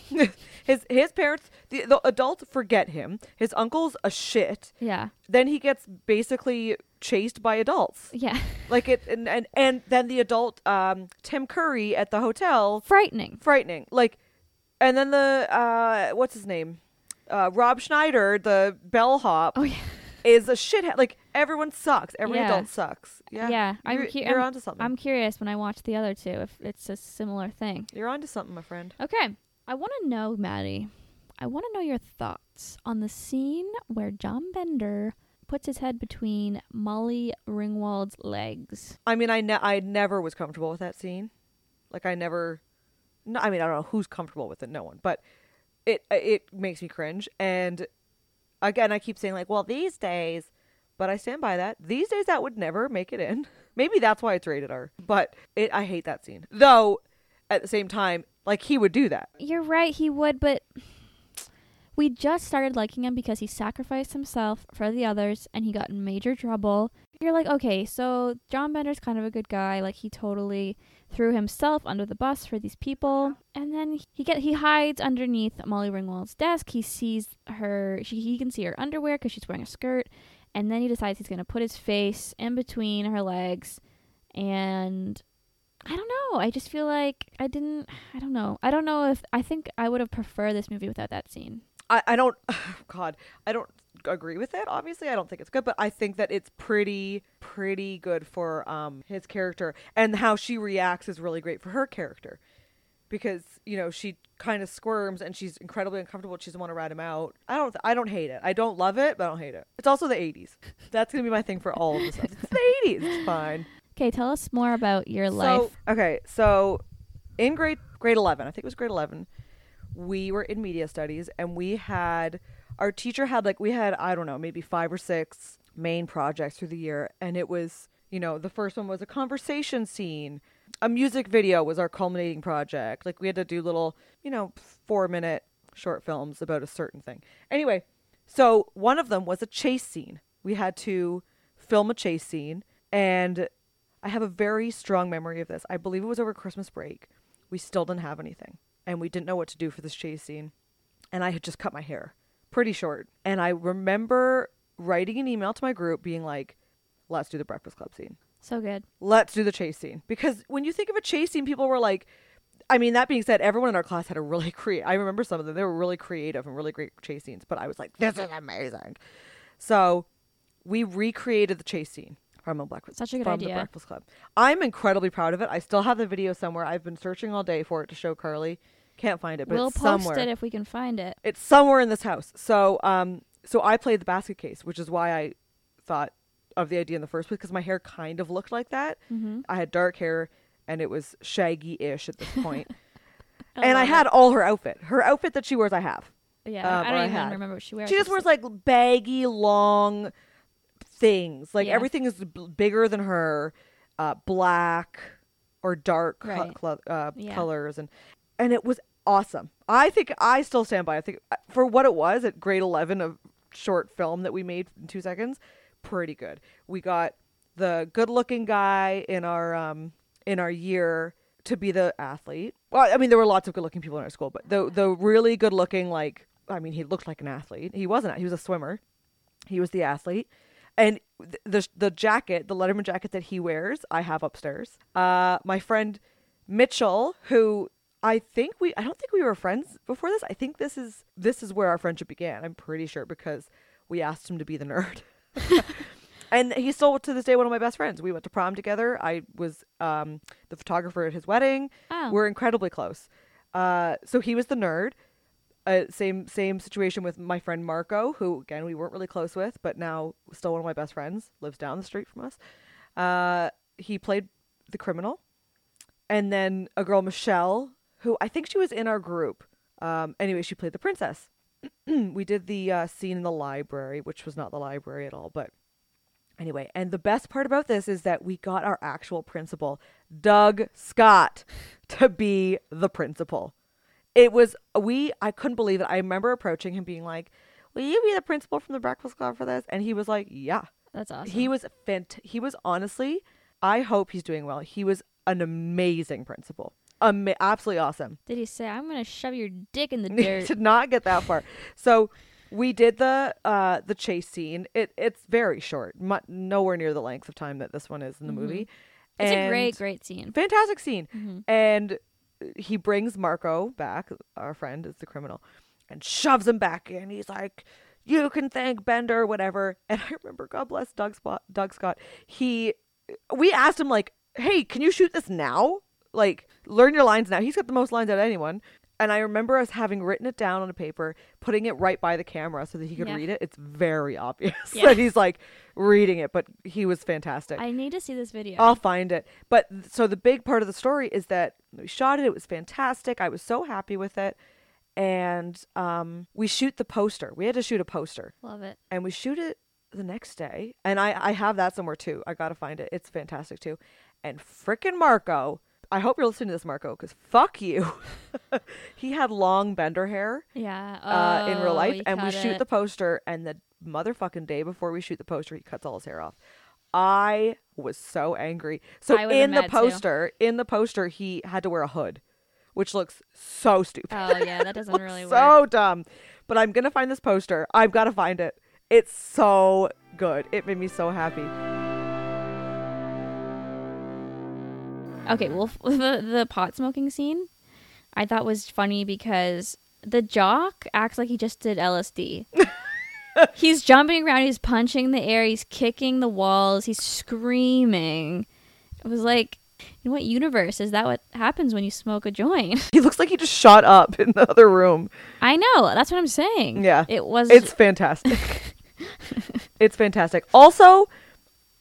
S1: His his parents, the, the adults forget him. His uncle's a shit.
S2: Yeah,
S1: Then he gets basically chased by adults.
S2: yeah,
S1: like it and and, and then the adult um tim curry at the hotel
S2: frightening.
S1: frightening like and then the uh what's his name uh rob schneider the bellhop
S2: Oh yeah,
S1: is a shithead like everyone sucks every
S2: Yeah.
S1: adult sucks yeah
S2: yeah. I'm
S1: you're,
S2: cu-
S1: you're
S2: I'm-
S1: onto something
S2: I'm curious when I watch the other two if it's a similar thing.
S1: you're onto something my friend
S2: Okay. I want to know, Maddie, I want to know your thoughts on the scene where John Bender puts his head between Molly Ringwald's legs.
S1: i mean i ne- i never was comfortable with that scene like i never no i mean i don't know who's comfortable with it no one but it it makes me cringe and again i keep saying like well these days but i stand by that these days that would never make it in maybe that's why it's rated r but it i hate that scene though at the same time like he would do that
S2: You're right, he would, but we just started liking him because he sacrificed himself for the others and he got in major trouble. You're like, okay, so John Bender's kind of a good guy, like he totally threw himself under the bus for these people. And then he get he hides underneath Molly Ringwald's desk. He sees her, she, he can see her underwear cuz she's wearing a skirt, and then he decides he's going to put his face in between her legs and I don't know. Oh, I just feel like I didn't. I don't know. I don't know if I think I would have preferred this movie without that scene.
S1: I, I don't oh god i don't agree with it obviously i don't think it's good but i think that it's pretty pretty good for um his character and how she reacts is really great for her character because you know she kind of squirms and she's incredibly uncomfortable she doesn't want to rat him out i don't i don't hate it i don't love it but i don't hate it it's also the 80s that's gonna be my thing for all of this it's the 80s it's fine
S2: Okay, tell us more about your
S1: so,
S2: life.
S1: Okay, so in grade grade eleven, I think it was grade eleven, we were in media studies, and we had our teacher had like we had I don't know maybe five or six main projects through the year, and it was you know the first one was a conversation scene, a music video was our culminating project. Like we had to do little you know four minute short films about a certain thing. Anyway, so one of them was a chase scene. We had to film a chase scene and I have a very strong memory of this. I believe it was over Christmas break. We still didn't have anything, and we didn't know what to do for this chase scene. And I had just cut my hair pretty short. And I remember writing an email to my group being like, let's do the Breakfast Club scene.
S2: So, good.
S1: Let's do the chase scene. Because when you think of a chase scene, people were like, I mean, that being said, everyone in our class had a really creative, I remember some of them, they were really creative and really great chase scenes, but I was like, this is amazing. So we recreated the chase scene from a Black
S2: Such a good
S1: from the
S2: idea.
S1: Breakfast Club. I'm incredibly proud of it. I still have the video somewhere. I've been searching all day for it to show Carly. Can't find it, but
S2: we'll
S1: it's
S2: post
S1: somewhere.
S2: it if we can find it.
S1: It's somewhere in this house. So um so I played the basket case, which is why I thought of the idea in the first place because my hair kind of looked like that. I had dark hair and it was shaggy-ish at this point. and I
S2: love
S1: had all her outfit. Her outfit that she wears I have.
S2: Yeah,
S1: um, or I
S2: I don't even
S1: had.
S2: remember what she wears.
S1: She just wears like baggy long things. Like
S2: Yeah.
S1: everything is b- bigger than her uh black or dark co-
S2: Right.
S1: clo- uh,
S2: Yeah.
S1: colors and and it was awesome. I think I still stand by. I think uh, for what it was at grade 11 of short film that we made in 2 seconds, pretty good. We got the good-looking guy in our um in our year to be the athlete. Well, I mean there were lots of good-looking people in our school, but the the really good-looking like I mean he looked like an athlete. He wasn't. He was a swimmer. He was the athlete. And th- the the jacket, the Letterman jacket that he wears, I have upstairs. Uh, my friend Mitchell, who I think we, I don't think we were friends before this. I think this is this is where our friendship began. I'm pretty sure because we asked him to be the nerd, and he's still to this day one of my best friends. We went to prom together. I was um, the photographer at his wedding.
S2: Oh.
S1: We're incredibly close. Uh, so he was the nerd uh, same same situation with my friend Marco, who again we weren't really close with, but now still one of my best friends, lives down the street from us. Uh, he played the criminal, and then a girl Michelle, who I think she was in our group. Um, anyway, she played the princess. we did the uh, scene in the library, which was not the library at all, but anyway. And the best part about this is that we got our actual principal, Doug Scott, to be the principal it was we i couldn't believe it i remember approaching him being like will you be the principal from the breakfast club for this and he was like yeah
S2: That's awesome.
S1: he was fant- he was honestly i hope he's doing well he was an amazing principal Ama- absolutely awesome
S2: Did he say, "I'm gonna shove your dick in the dirt"?
S1: did not get that far so we did the uh the chase scene it it's very short mu- nowhere near the length of time that this one is in the movie
S2: Mm-hmm. it's a
S1: And-
S2: great, great scene.
S1: fantastic scene.
S2: Mm-hmm.
S1: And he brings Marco back, our friend is the criminal, and shoves him back in. He's like, "You can thank Bender, whatever." And I remember, God bless Doug Spot, Doug Scott. He, we asked him like, "Hey, can you shoot this now? Like, learn your lines now." He's got the most lines out of anyone. And I remember us having written it down on a paper, putting it right by the camera so that he could
S2: Yeah.
S1: read it. It's very obvious
S2: Yeah.
S1: that he's like reading it, but he was fantastic.
S2: I need to see this video.
S1: I'll find it. But th- so the big part of the story is that we shot it. It was fantastic. I was so happy with it. And um, we shoot the poster. We had to shoot a poster,
S2: Love it.
S1: and we shoot it the next day. And I I have that somewhere too. I gotta find it. It's fantastic too. And frickin' Marco. I hope you're listening to this, Marco, because fuck you. he had long bender hair
S2: Yeah.
S1: uh, in real
S2: oh,
S1: life,
S2: you
S1: and we
S2: caught
S1: shoot
S2: it.
S1: the poster, and the motherfucking day before we shoot the poster, he cuts all his hair off. I was so angry. So
S2: I would've
S1: in the
S2: mad too.
S1: poster, in the poster, he had to wear a hood, which looks so stupid,
S2: Oh yeah, that doesn't really work.
S1: so dumb. But I'm gonna find this poster. I've got to find it. It's so good. It made me so happy.
S2: Okay,
S1: Mm-hmm.
S2: well, f- the the pot smoking scene, I thought was funny because the jock acts like he just did LSD. he's jumping around, he's punching the air, he's kicking the walls, he's screaming. It was like, in what universe is that? What happens when you smoke a joint?
S1: He looks like he just shot up in the other room.
S2: I know. That's what I'm saying.
S1: Yeah.
S2: it was.
S1: It's fantastic. it's fantastic. Also,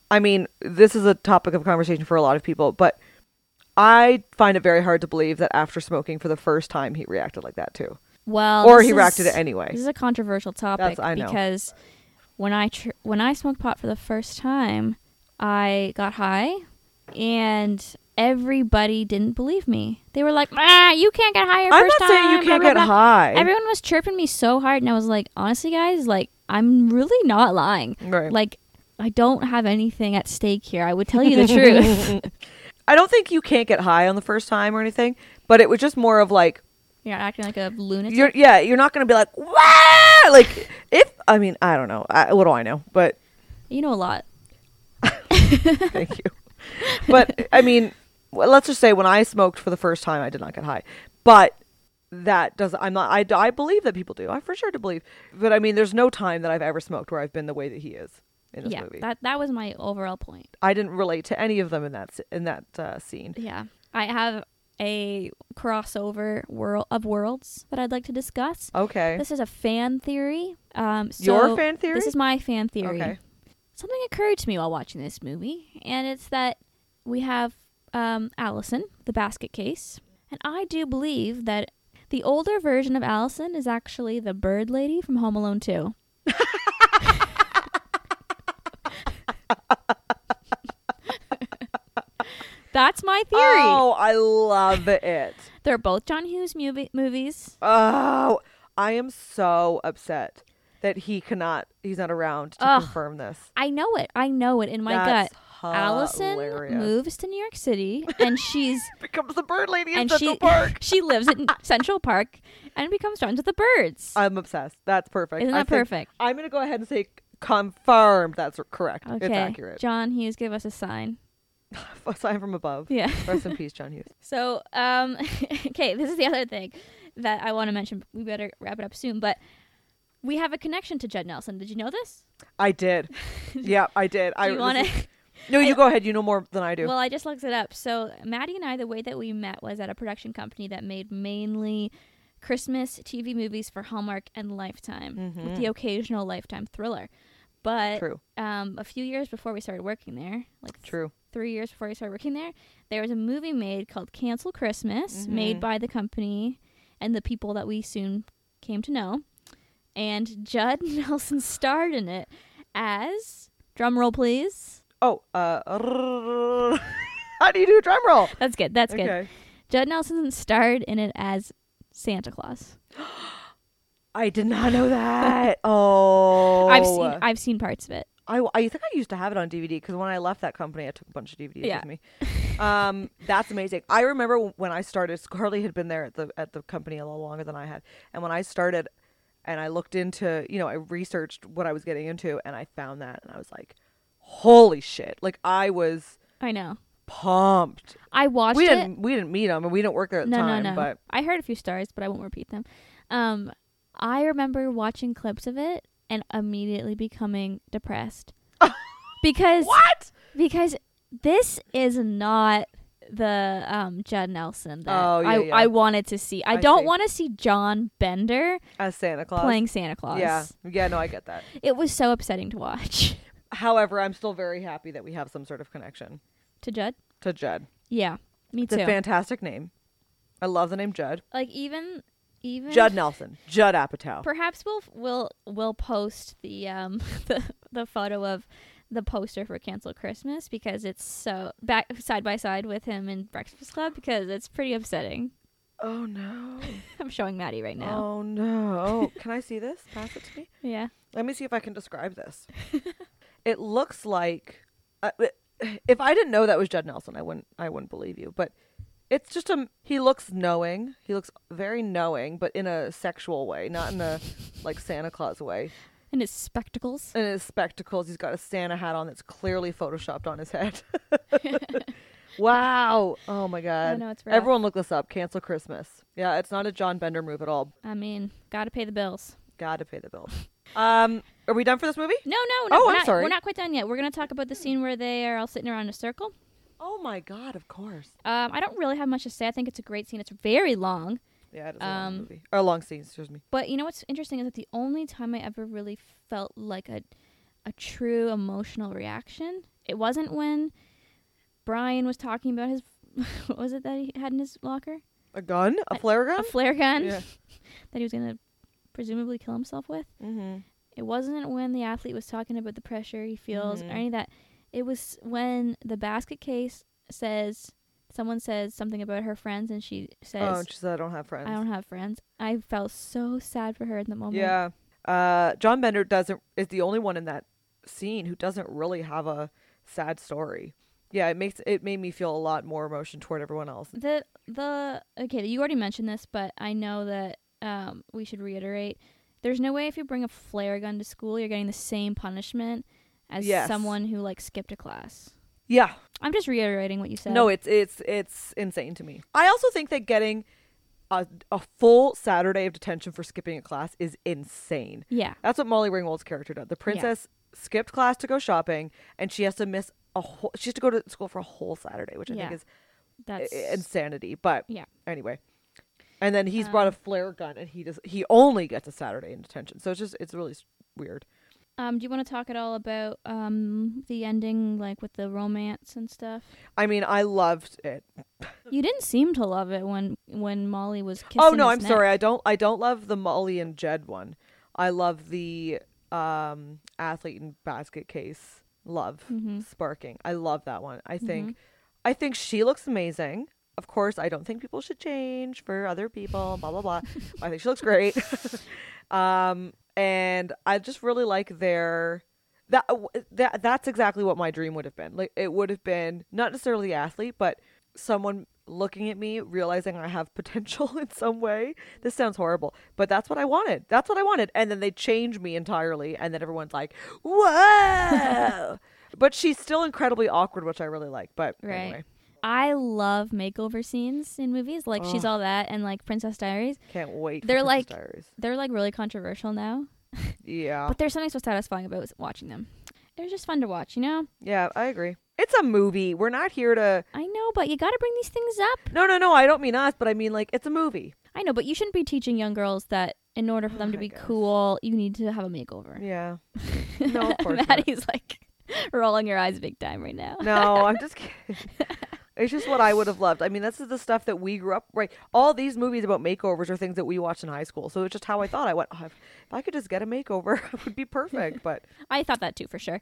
S1: I mean, this is a topic of conversation for a lot of people, but I find it very hard to believe that after smoking for the first time, he reacted like that too.
S2: Well,
S1: Or
S2: Oh, this
S1: he reacted
S2: is-
S1: it anyway.
S2: This is a controversial topic
S1: That's- I know.
S2: because when I tr- when I smoked pot for the first time, I got high, and everybody didn't believe me. They were like, "Ah, you can't get high your
S1: I'm
S2: first
S1: not
S2: time."
S1: saying you
S2: blah,
S1: can't
S2: blah,
S1: get
S2: blah."
S1: high.
S2: Everyone was chirping me so hard, and I was like, "Honestly, guys, like I'm really not lying.
S1: Right.
S2: Like I don't have anything at stake here. I would tell you the truth.
S1: I don't think you can't get high on the first time or anything, but it was just more of like,
S2: You're not acting like a lunatic."
S1: you're, yeah, you're not going to be like, wow! Like, if, I mean, I don't know. I, what do I know? But
S2: you know a lot.
S1: Thank you. But I mean, well, let's just say when I smoked for the first time, I did not get high. But that does I'm not. I, I believe that people do. I for sure do believe. But I mean, there's no time that I've ever smoked where I've been the way that he is in this
S2: Yeah,
S1: movie.
S2: that that was my overall point.
S1: I didn't relate to any of them in that s- in that uh, scene.
S2: Yeah. I have a crossover world of worlds that I'd like to discuss.
S1: Okay.
S2: This is a fan theory. Um, so
S1: Your fan theory?
S2: This is my fan theory.
S1: Okay.
S2: Something occurred to me while watching this movie, and it's that we have um, Allison, the basket case, and I do believe that the older version of Allison is actually the bird lady from Home Alone 2. That's my theory.
S1: Oh, I love it.
S2: They're both John Hughes movie- movies.
S1: Oh, I am so upset that he cannot. He's not around to
S2: Ugh.
S1: confirm this.
S2: I know it. I know it in my
S1: That's
S2: gut. Allison
S1: hilarious.
S2: moves to New York City and she's
S1: Becomes the bird lady in
S2: and
S1: Central
S2: she
S1: Park.
S2: she lives in Central Park and becomes friends with the birds.
S1: I'm obsessed. That's perfect.
S2: Isn't
S1: I
S2: that
S1: think-
S2: perfect?
S1: I'm gonna go ahead and say confirmed. That's correct. It's
S2: Okay.
S1: accurate.
S2: John Hughes give us a sign.
S1: A sign from above.
S2: Yeah.
S1: Rest in peace, John Hughes.
S2: So, um okay, this is the other thing that I want to mention. We better wrap it up soon, but we have a connection to Jed Nelson. Did you know this?
S1: I did. yeah, I did.
S2: Do
S1: I
S2: you want
S1: this
S2: to
S1: is- No, you
S2: I-
S1: go ahead. You know more than I do.
S2: Well, I just looked it up. So Maddie and I, the way that we met was at a production company that made mainly Christmas TV movies for Hallmark and Lifetime, with the occasional Lifetime thriller. But
S1: Mm-hmm. True.
S2: Um, a few years before we started working there, like th-
S1: True.
S2: three years before we started working there, there was a movie made called Cancel Christmas,
S1: Mm-hmm.
S2: made by the company and the people that we soon came to know. And Judd Nelson starred in it as drum roll, please.
S1: Oh, uh, how do you do a drum roll?
S2: That's good. That's good.
S1: Okay.
S2: Judd Nelson starred in it as Santa Claus.
S1: I did not know that. Oh,
S2: I've seen I've seen parts of it.
S1: I, I think I used to have it on DVD because when I left that company, I took a bunch of DVDs
S2: Yeah.
S1: with me. Um, that's amazing. I remember when I started. Carly had been there at the at the company a lot longer than I had, and when I started, and I looked into, you know, I researched what I was getting into, and I found that, and I was like, "Holy shit!" Like I was
S2: I know.
S1: pumped.
S2: I watched
S1: we
S2: it.
S1: didn't we didn't meet him, and we didn't work there at the
S2: No,
S1: time,
S2: no, no.
S1: but
S2: I heard a few stars, but I won't repeat them. Um, I remember watching clips of it and immediately becoming depressed because
S1: what?
S2: because this is not the um Judd Nelson that
S1: Oh, yeah,
S2: I
S1: yeah.
S2: I wanted to see. I,
S1: I
S2: don't
S1: see.
S2: want to see John Bender
S1: As Santa Claus
S2: playing Santa Claus.
S1: Yeah, yeah. No, I get that.
S2: It was so upsetting to watch.
S1: However, I'm still very happy that we have some sort of connection
S2: to Judd?
S1: to Judd.
S2: Yeah. Me
S1: It's
S2: too.
S1: a fantastic name. I love the name Judd.
S2: like even even
S1: Judd Nelson. Judd Apatow.
S2: perhaps we'll we'll we'll post the um the, the photo of the poster for cancel christmas because it's so back side by side with him in breakfast club because it's pretty upsetting
S1: oh no.
S2: i'm showing maddie right now
S1: Oh no. Can I see this? Pass it to me.
S2: yeah
S1: Let me see if I can describe this. it looks like uh, if I didn't know that was Judd Nelson, I wouldn't I wouldn't believe you, but it's just a he looks knowing. He looks very knowing, but in a sexual way, not in a like Santa Claus way.
S2: and his spectacles
S1: in his spectacles. He's got a Santa hat on that's clearly photoshopped on his head. wow. Oh my god.
S2: know, it's rough.
S1: Everyone look this up. Cancel Christmas. Yeah, it's not a John Bender move at all.
S2: i mean gotta pay the bills
S1: Gotta pay the bills. Um are we done for this movie?
S2: no no no
S1: Oh,
S2: we're
S1: I'm
S2: not,
S1: sorry.
S2: we're not quite done yet we're gonna talk about the scene where they are all sitting around in a circle
S1: Oh my god, of course.
S2: um i don't really have much to say i think it's a great scene it's very long
S1: Yeah, it is a long
S2: Um,
S1: movie. Or a long scene, excuse me.
S2: But you know what's interesting is that the only time I ever really felt like a a true emotional reaction, it wasn't when Brian was talking about his what was it that he had in his locker?
S1: A gun? A flare gun?
S2: A flare gun
S1: Um, Yeah.
S2: that he was going to presumably kill himself with.
S1: mm-hmm.
S2: It wasn't when the athlete was talking about the pressure he feels
S1: Mhm.
S2: or any of that. It was when the basket case says someone says something about her friends and she
S1: Oh,
S2: says
S1: and she said I don't have friends.
S2: I don't have friends. I felt so sad for her in the moment.
S1: Yeah. Uh, John Bender doesn't is the only one in that scene who doesn't really have a sad story. Yeah, it makes it made me feel a lot more emotion toward everyone else.
S2: the the okay you already mentioned this but i know that um, we should reiterate there's no way if you bring a flare gun to school you're getting the same punishment as
S1: Yes.
S2: someone who like skipped a class
S1: Yeah.
S2: i'm just reiterating what you said
S1: No, it's it's it's insane to me. I also think that getting a, a full Saturday of detention for skipping a class is insane.
S2: yeah
S1: That's what Molly Ringwald's character did. The princess skipped class to go shopping, and she has to miss a whole. She has to go to school for a whole Saturday, which I
S2: Yeah.
S1: think is i-
S2: That's
S1: insanity. But
S2: Yeah.
S1: anyway. And then he's brought a
S2: Um,
S1: flare gun, and he does. He only gets a Saturday in detention, so it's just it's really s- weird.
S2: Um, do you want to talk at all about um the ending, like with the romance and stuff?
S1: I mean, I loved it.
S2: You didn't seem to love it when when Molly was kissing.
S1: oh no,
S2: his
S1: I'm sorry.
S2: neck.
S1: I don't. I don't love the Molly and Jed one. I love the um athlete and basket case love
S2: Mhm.
S1: sparking. I love that one. I think,
S2: Mm-hmm.
S1: I think she looks amazing. Of course, I don't think people should change for other people. Blah blah blah. I think she looks great. um, and I just really like their that that that's exactly what my dream would have been. Like it would have been not necessarily the athlete, but someone looking at me realizing I have potential in some way. This sounds horrible, but that's what I wanted. That's what I wanted. And then they change me entirely, and then everyone's like, "Whoa!" but she's still incredibly awkward, which I really like. But
S2: Right.
S1: anyway,
S2: I love makeover scenes in movies, like she's
S1: Ugh.
S2: all that, and like Princess Diaries.
S1: can't wait. for
S2: They're
S1: Princess
S2: like-
S1: Diaries.
S2: They're like really controversial now,
S1: yeah,
S2: but there's something so satisfying about watching them. It was just fun to watch, you know.
S1: yeah, I agree. It's a movie. We're not here to.
S2: I know, but you got to bring these things up.
S1: No, no, no. I don't mean us, but I mean like it's a movie.
S2: I know, but you shouldn't be teaching young girls that in order for them to
S1: I
S2: be
S1: guess.
S2: cool, you need to have a makeover.
S1: Yeah. No, of course not.
S2: Maddie's like rolling her eyes big time right now.
S1: No, I'm just kidding. It's just what I would have loved. I mean, this is the stuff that we grew up right. All these movies about makeovers are things that we watched in high school. So it's just how I thought. I went, oh, if if I could just get a makeover, it would be perfect. But
S2: I thought that too for sure.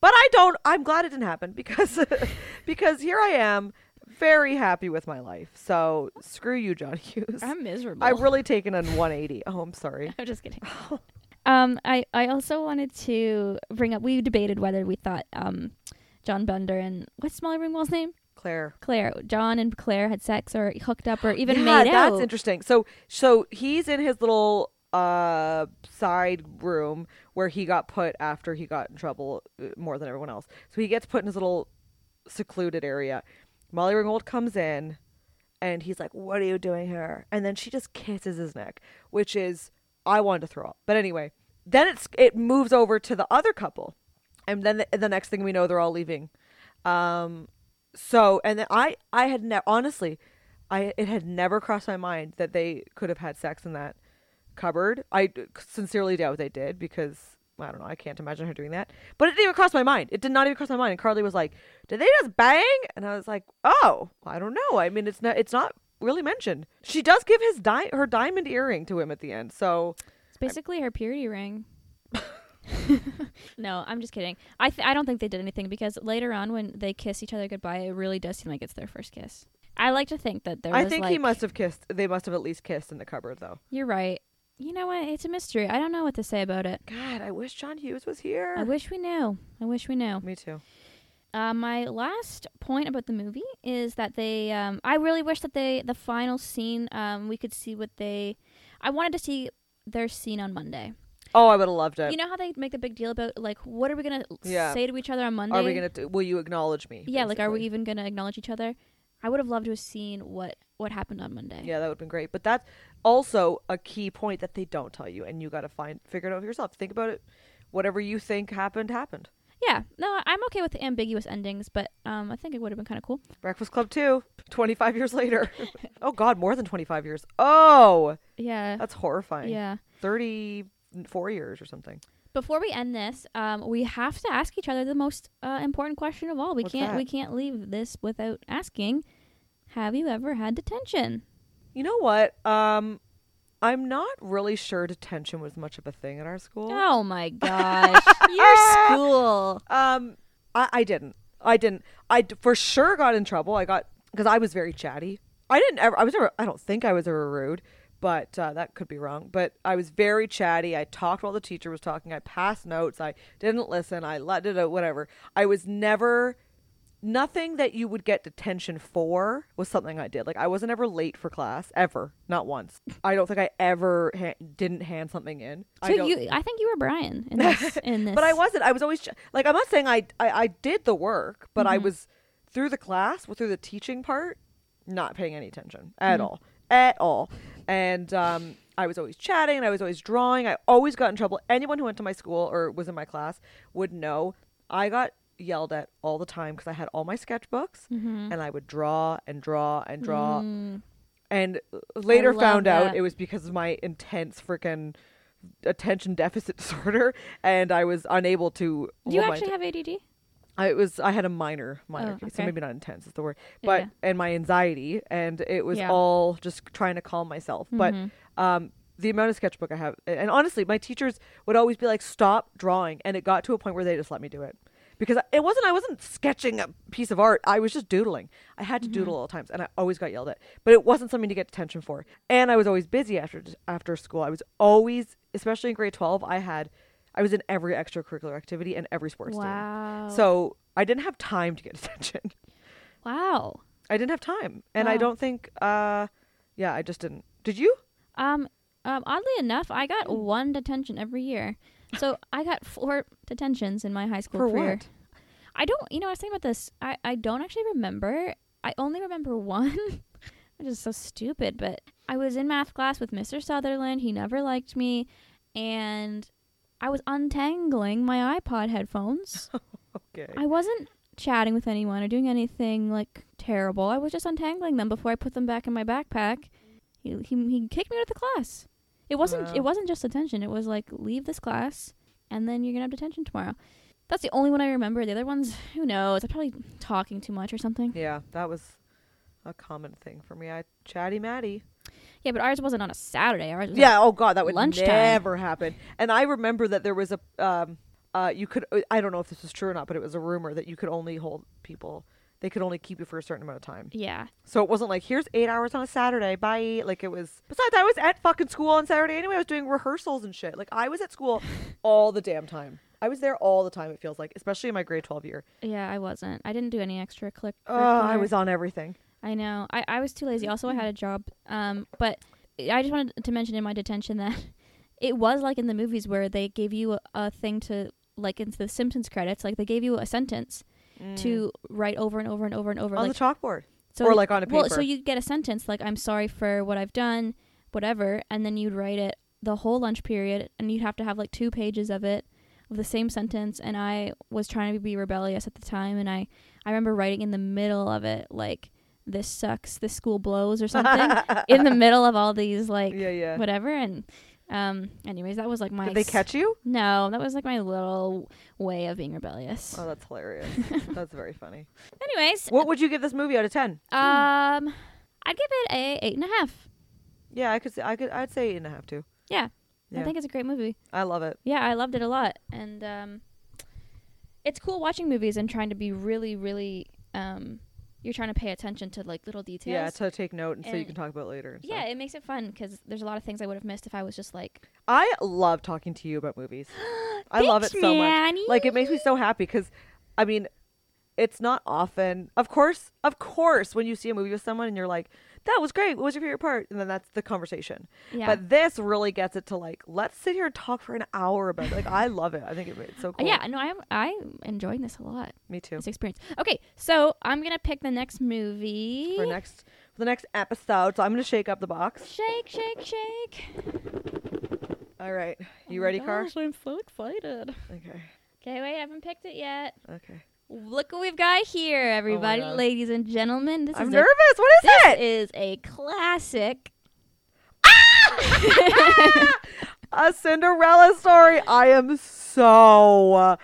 S1: but I don't. I'm glad it didn't happen because because here I am, very happy with my life. So screw you, John Hughes.
S2: I'm miserable.
S1: I've really taken a 180. Oh, I'm sorry.
S2: I'm just kidding. um, I I also wanted to bring up. We debated whether we thought um, John Bender and what's Molly Ringwald's name?
S1: Claire.
S2: Claire. John and Claire had sex or hooked up or even
S1: yeah,
S2: made
S1: that's
S2: out.
S1: interesting. So so he's in his little uh side room where he got put after he got in trouble uh, more than everyone else. So he gets put in his little secluded area. Molly Ringwald comes in and he's like, "What are you doing here?" And then she just kisses his neck, which is I wanted to throw up. But anyway, then it's it moves over to the other couple. And then the, the next thing we know they're all leaving. Um so and then I I had never honestly I it had never crossed my mind that they could have had sex in that cupboard. I d- sincerely doubt they did because I don't know. I can't imagine her doing that. But it didn't even cross my mind. It did not even cross my mind. And Carly was like, "Did they just bang?" And I was like, "Oh, I don't know. I mean, it's not. It's not really mentioned. She does give his di- her diamond earring to him at the end. So
S2: It's basically her purity ring. no, I'm just kidding. I th- I don't think they did anything because later on when they kiss each other goodbye, it really does seem like it's their first kiss. I like to think that there.
S1: I
S2: was,
S1: think he
S2: like-
S1: must have kissed. They must have at least kissed in the cupboard, though.
S2: You're right. You know what? It's a mystery. I don't know what to say about it.
S1: God, I wish John Hughes was here.
S2: I wish we knew. I wish we knew.
S1: Me too.
S2: Uh, my last point about the movie is that they. Um, I really wish that they the final scene. Um, we could see what they. I wanted to see their scene on Monday.
S1: Oh, I would have loved it.
S2: You know how they make the big deal about like what are we gonna
S1: Yeah.
S2: say to each other on Monday?
S1: are we gonna? Do, will you acknowledge me?
S2: Yeah, like are we
S1: basically.
S2: even gonna acknowledge each other? I would have loved to have seen what what happened on Monday.
S1: Yeah, that would have been great. But that's also a key point that they don't tell you, and you got to find figure it out for yourself. Think about it. Whatever you think happened happened.
S2: Yeah. No, I'm okay with ambiguous endings, but um, I think it would have been kind of cool.
S1: Breakfast Club 2, 25 years later. oh God, more than 25 years. Oh,
S2: Yeah.
S1: that's horrifying.
S2: Yeah.
S1: 34 years or something.
S2: Before we end this, um, we have to ask each other the most uh, important question of all. We
S1: What's
S2: can't
S1: that?
S2: we can't leave this without asking. Have you ever had detention?
S1: You know what? Um, I'm not really sure detention was much of a thing at our school.
S2: Oh my gosh, your school!
S1: Um, I, I didn't. I didn't. I d- for sure got in trouble. I got because I was very chatty. I didn't ever. I was never. I don't think I was ever rude, but uh, that could be wrong. But I was very chatty. I talked while the teacher was talking. I passed notes. I didn't listen. I let it out. Whatever. I was never. Nothing that you would get detention for was something I did. Like I wasn't ever late for class ever, not once. I don't think I ever ha- didn't hand something in. I
S2: So
S1: don't-
S2: you, I think you were Brian in this. In this,
S1: but I wasn't. I was always ch- like I'm not saying I I, I did the work, but I was through the class, through the teaching part, not paying any attention at all, at all. And um, I was always chatting, and I was always drawing. I always got in trouble. Anyone who went to my school or was in my class would know I got yelled at all the time because I had all my sketchbooks
S2: Mm-hmm.
S1: and I would draw and draw and draw. And later
S2: love
S1: found out
S2: that.
S1: it was because of my intense freaking attention deficit disorder, and I was unable to.
S2: Do you
S1: hold my
S2: actually have ADD?
S1: I was I had a minor minor
S2: Oh,
S1: case, so
S2: okay.
S1: maybe not intense is the word,
S2: Yeah,
S1: but
S2: yeah.
S1: and my anxiety and it was
S2: Yeah. Mm-hmm.
S1: all just trying to calm myself. But um, the amount of sketchbook I have, and honestly, my teachers would always be like, "Stop drawing," and it got to a point where they just let me do it because I- it wasn't I wasn't sketching a piece of art. I was just doodling. I had to
S2: Mm-hmm.
S1: doodle all the times, and I always got yelled at. But it wasn't something to get detention for, and I was always busy after after school. I was always, especially in grade twelve, I had. I was in every extracurricular activity and every sports team.
S2: Wow.
S1: So I didn't have time to get attention.
S2: wow.
S1: I didn't have time, and I
S2: Wow.
S1: don't think. uh Yeah, I just didn't. Did you?
S2: Um, um, oddly enough, I got
S1: Mm.
S2: one detention every year. So I got four detentions in my high school
S1: For
S2: career.
S1: what?
S2: I don't, you know, I was thinking about this. I, I don't actually remember. I only remember one, which is so stupid. But I was in math class with Mr. Sutherland. He never liked me. And I was untangling my iPod headphones.
S1: Okay.
S2: I wasn't chatting with anyone or doing anything like terrible. I was just untangling them before I put them back in my backpack. He he, he kicked me out of the class. It wasn't
S1: Wow.
S2: it wasn't just detention. It was like leave this class and then you're gonna have detention tomorrow. That's the only one I remember. The other ones, who knows? I'm probably talking too much or something. Yeah,
S1: yeah, that was a common thing for me. I chatty Matty.
S2: but ours wasn't on a Saturday. Ours was
S1: Yeah. Oh God, that would
S2: Lunchtime.
S1: never happen. And I remember that there was a. um uh, you could I don't know if this was true or not, but it was a rumor that you could only hold people they could only keep you for a certain amount of time.
S2: on- yeah.
S1: So it wasn't like here's eight hours on a Saturday, bye. Like it was. Besides, I was at fucking school on Saturday anyway. I was doing rehearsals and shit. Like I was at school all the damn time. I was there all the time. It feels like, especially in my grade twelve year.
S2: Yeah, I wasn't. I didn't do any extra click.
S1: Oh, I
S2: curricular.
S1: was on everything.
S2: I know. I, I was too lazy. Also, I
S1: Mm-hmm.
S2: had a job. Um, but I just wanted to mention in my detention that it was like in the movies where they gave you a, a thing to like into the Simpsons credits. Like they gave you a sentence to write over and over and over and over.
S1: Mm. on
S2: like
S1: the chalkboard.
S2: so
S1: or
S2: you-
S1: like on a
S2: Well, so
S1: paper.
S2: you get a sentence like "I'm sorry for what I've done," whatever, and then you'd write it the whole lunch period, and you'd have to have like two pages of it of the same sentence. And I was trying to be rebellious at the time, and I I remember writing in the middle of it like "This sucks," "This school blows," or something in the middle of all these like
S1: Yeah, yeah.
S2: whatever. And um, anyways, that was like my
S1: Did they
S2: s-
S1: catch you?
S2: No, that was like my little way of being rebellious.
S1: Oh, that's hilarious. that's very funny.
S2: Anyways,
S1: What would you give this movie out of ten?
S2: um, I'd give it a eight and a half.
S1: Yeah, I could. say- I could. I'd say eight and a half too.
S2: Yeah.
S1: Yeah.
S2: I think it's a great movie.
S1: I love it.
S2: Yeah, I loved it a lot. And um, it's cool watching movies and trying to be really, really. Um, you're trying to pay attention to like little details.
S1: Yeah, to take note and, so you
S2: And-
S1: can talk about it later. and stuff.
S2: yeah, it makes it fun because there's a lot of things I would have missed if I was just like,
S1: I love talking to you about movies. I love it
S2: Thanks,
S1: so
S2: Manny.
S1: much. Like it makes me so happy because, I mean, it's not often. Of course, of course, when you see a movie with someone and you're like, "That was great. What was your favorite part?" and then that's the conversation.
S2: Yeah.
S1: But this really gets it to like, let's sit here and talk for an hour about. It. Like I love it. I think it- it's so cool.
S2: Uh, yeah, no, I'm I'm enjoying this a lot.
S1: me too.
S2: This experience. Okay, so I'm gonna pick the next movie.
S1: For next, for the next episode, so I'm gonna shake up the box.
S2: Shake, shake, shake.
S1: All right, you
S2: Oh my
S1: ready, Car?
S2: gosh, I'm so excited.
S1: Okay,
S2: Okay, wait, I haven't picked it yet.
S1: okay.
S2: Look what we've got here, everybody,
S1: Oh God.
S2: ladies and gentlemen. This
S1: I'm
S2: is a
S1: nervous. What is
S2: This
S1: it?
S2: is a classic.
S1: Ah! a Cinderella story. I am so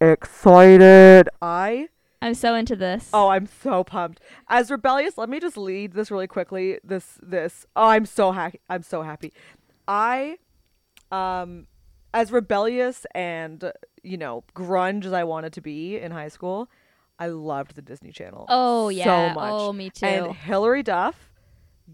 S1: excited. I
S2: I'm so into this.
S1: oh, I'm so pumped. As rebellious, let me just lead this really quickly. This this oh, I'm so happy. I'm so happy. I um as rebellious and you know grunge as I wanted to be in high school, I loved the Disney Channel.
S2: Oh, yeah.
S1: so much.
S2: Oh, me too.
S1: And Hillary Duff.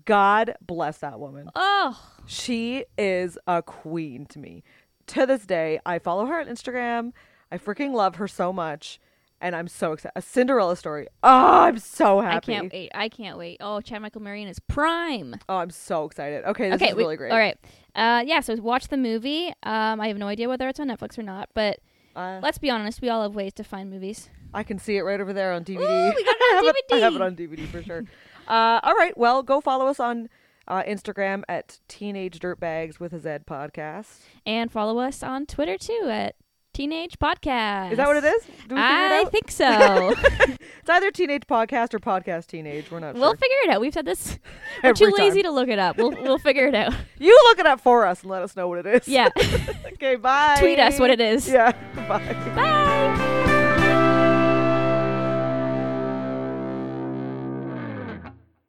S1: God bless that woman.
S2: oh,
S1: She is a queen to me. To this day, I follow her on Instagram. I freaking love her so much. And I'm so excited. A Cinderella story. Oh, I'm so
S2: I
S1: happy.
S2: can't wait. I can't wait. Oh, Chad Michael Murray in his prime.
S1: Oh, I'm so excited. Okay, this
S2: okay,
S1: is
S2: we-
S1: really great.
S2: All right. Uh, yeah. So watch the movie. Um, I have no idea whether it's on Netflix or not, but
S1: Uh,
S2: let's be honest, we all have ways to find movies.
S1: I can see it right over there on DVD.
S2: Ooh, we got it
S1: I have
S2: on
S1: I have
S2: DVD.
S1: it on DVD for sure. uh, all right, well, go follow us on uh, Instagram at Teenage Dirtbags with a Z podcast.
S2: And follow us on Twitter too at Teenage podcast.
S1: Is that what it is? Do we figure it
S2: I
S1: out?
S2: think so.
S1: it's either teenage podcast or podcast teenage. We're not
S2: we'll
S1: sure.
S2: figure it out. We've said this. We're
S1: Every
S2: too lazy
S1: time.
S2: to look it up. We'll we'll figure it out.
S1: You look it up for us and let us know what it is.
S2: Yeah.
S1: okay. Bye.
S2: Tweet us what it is.
S1: Yeah. Bye.
S2: Bye.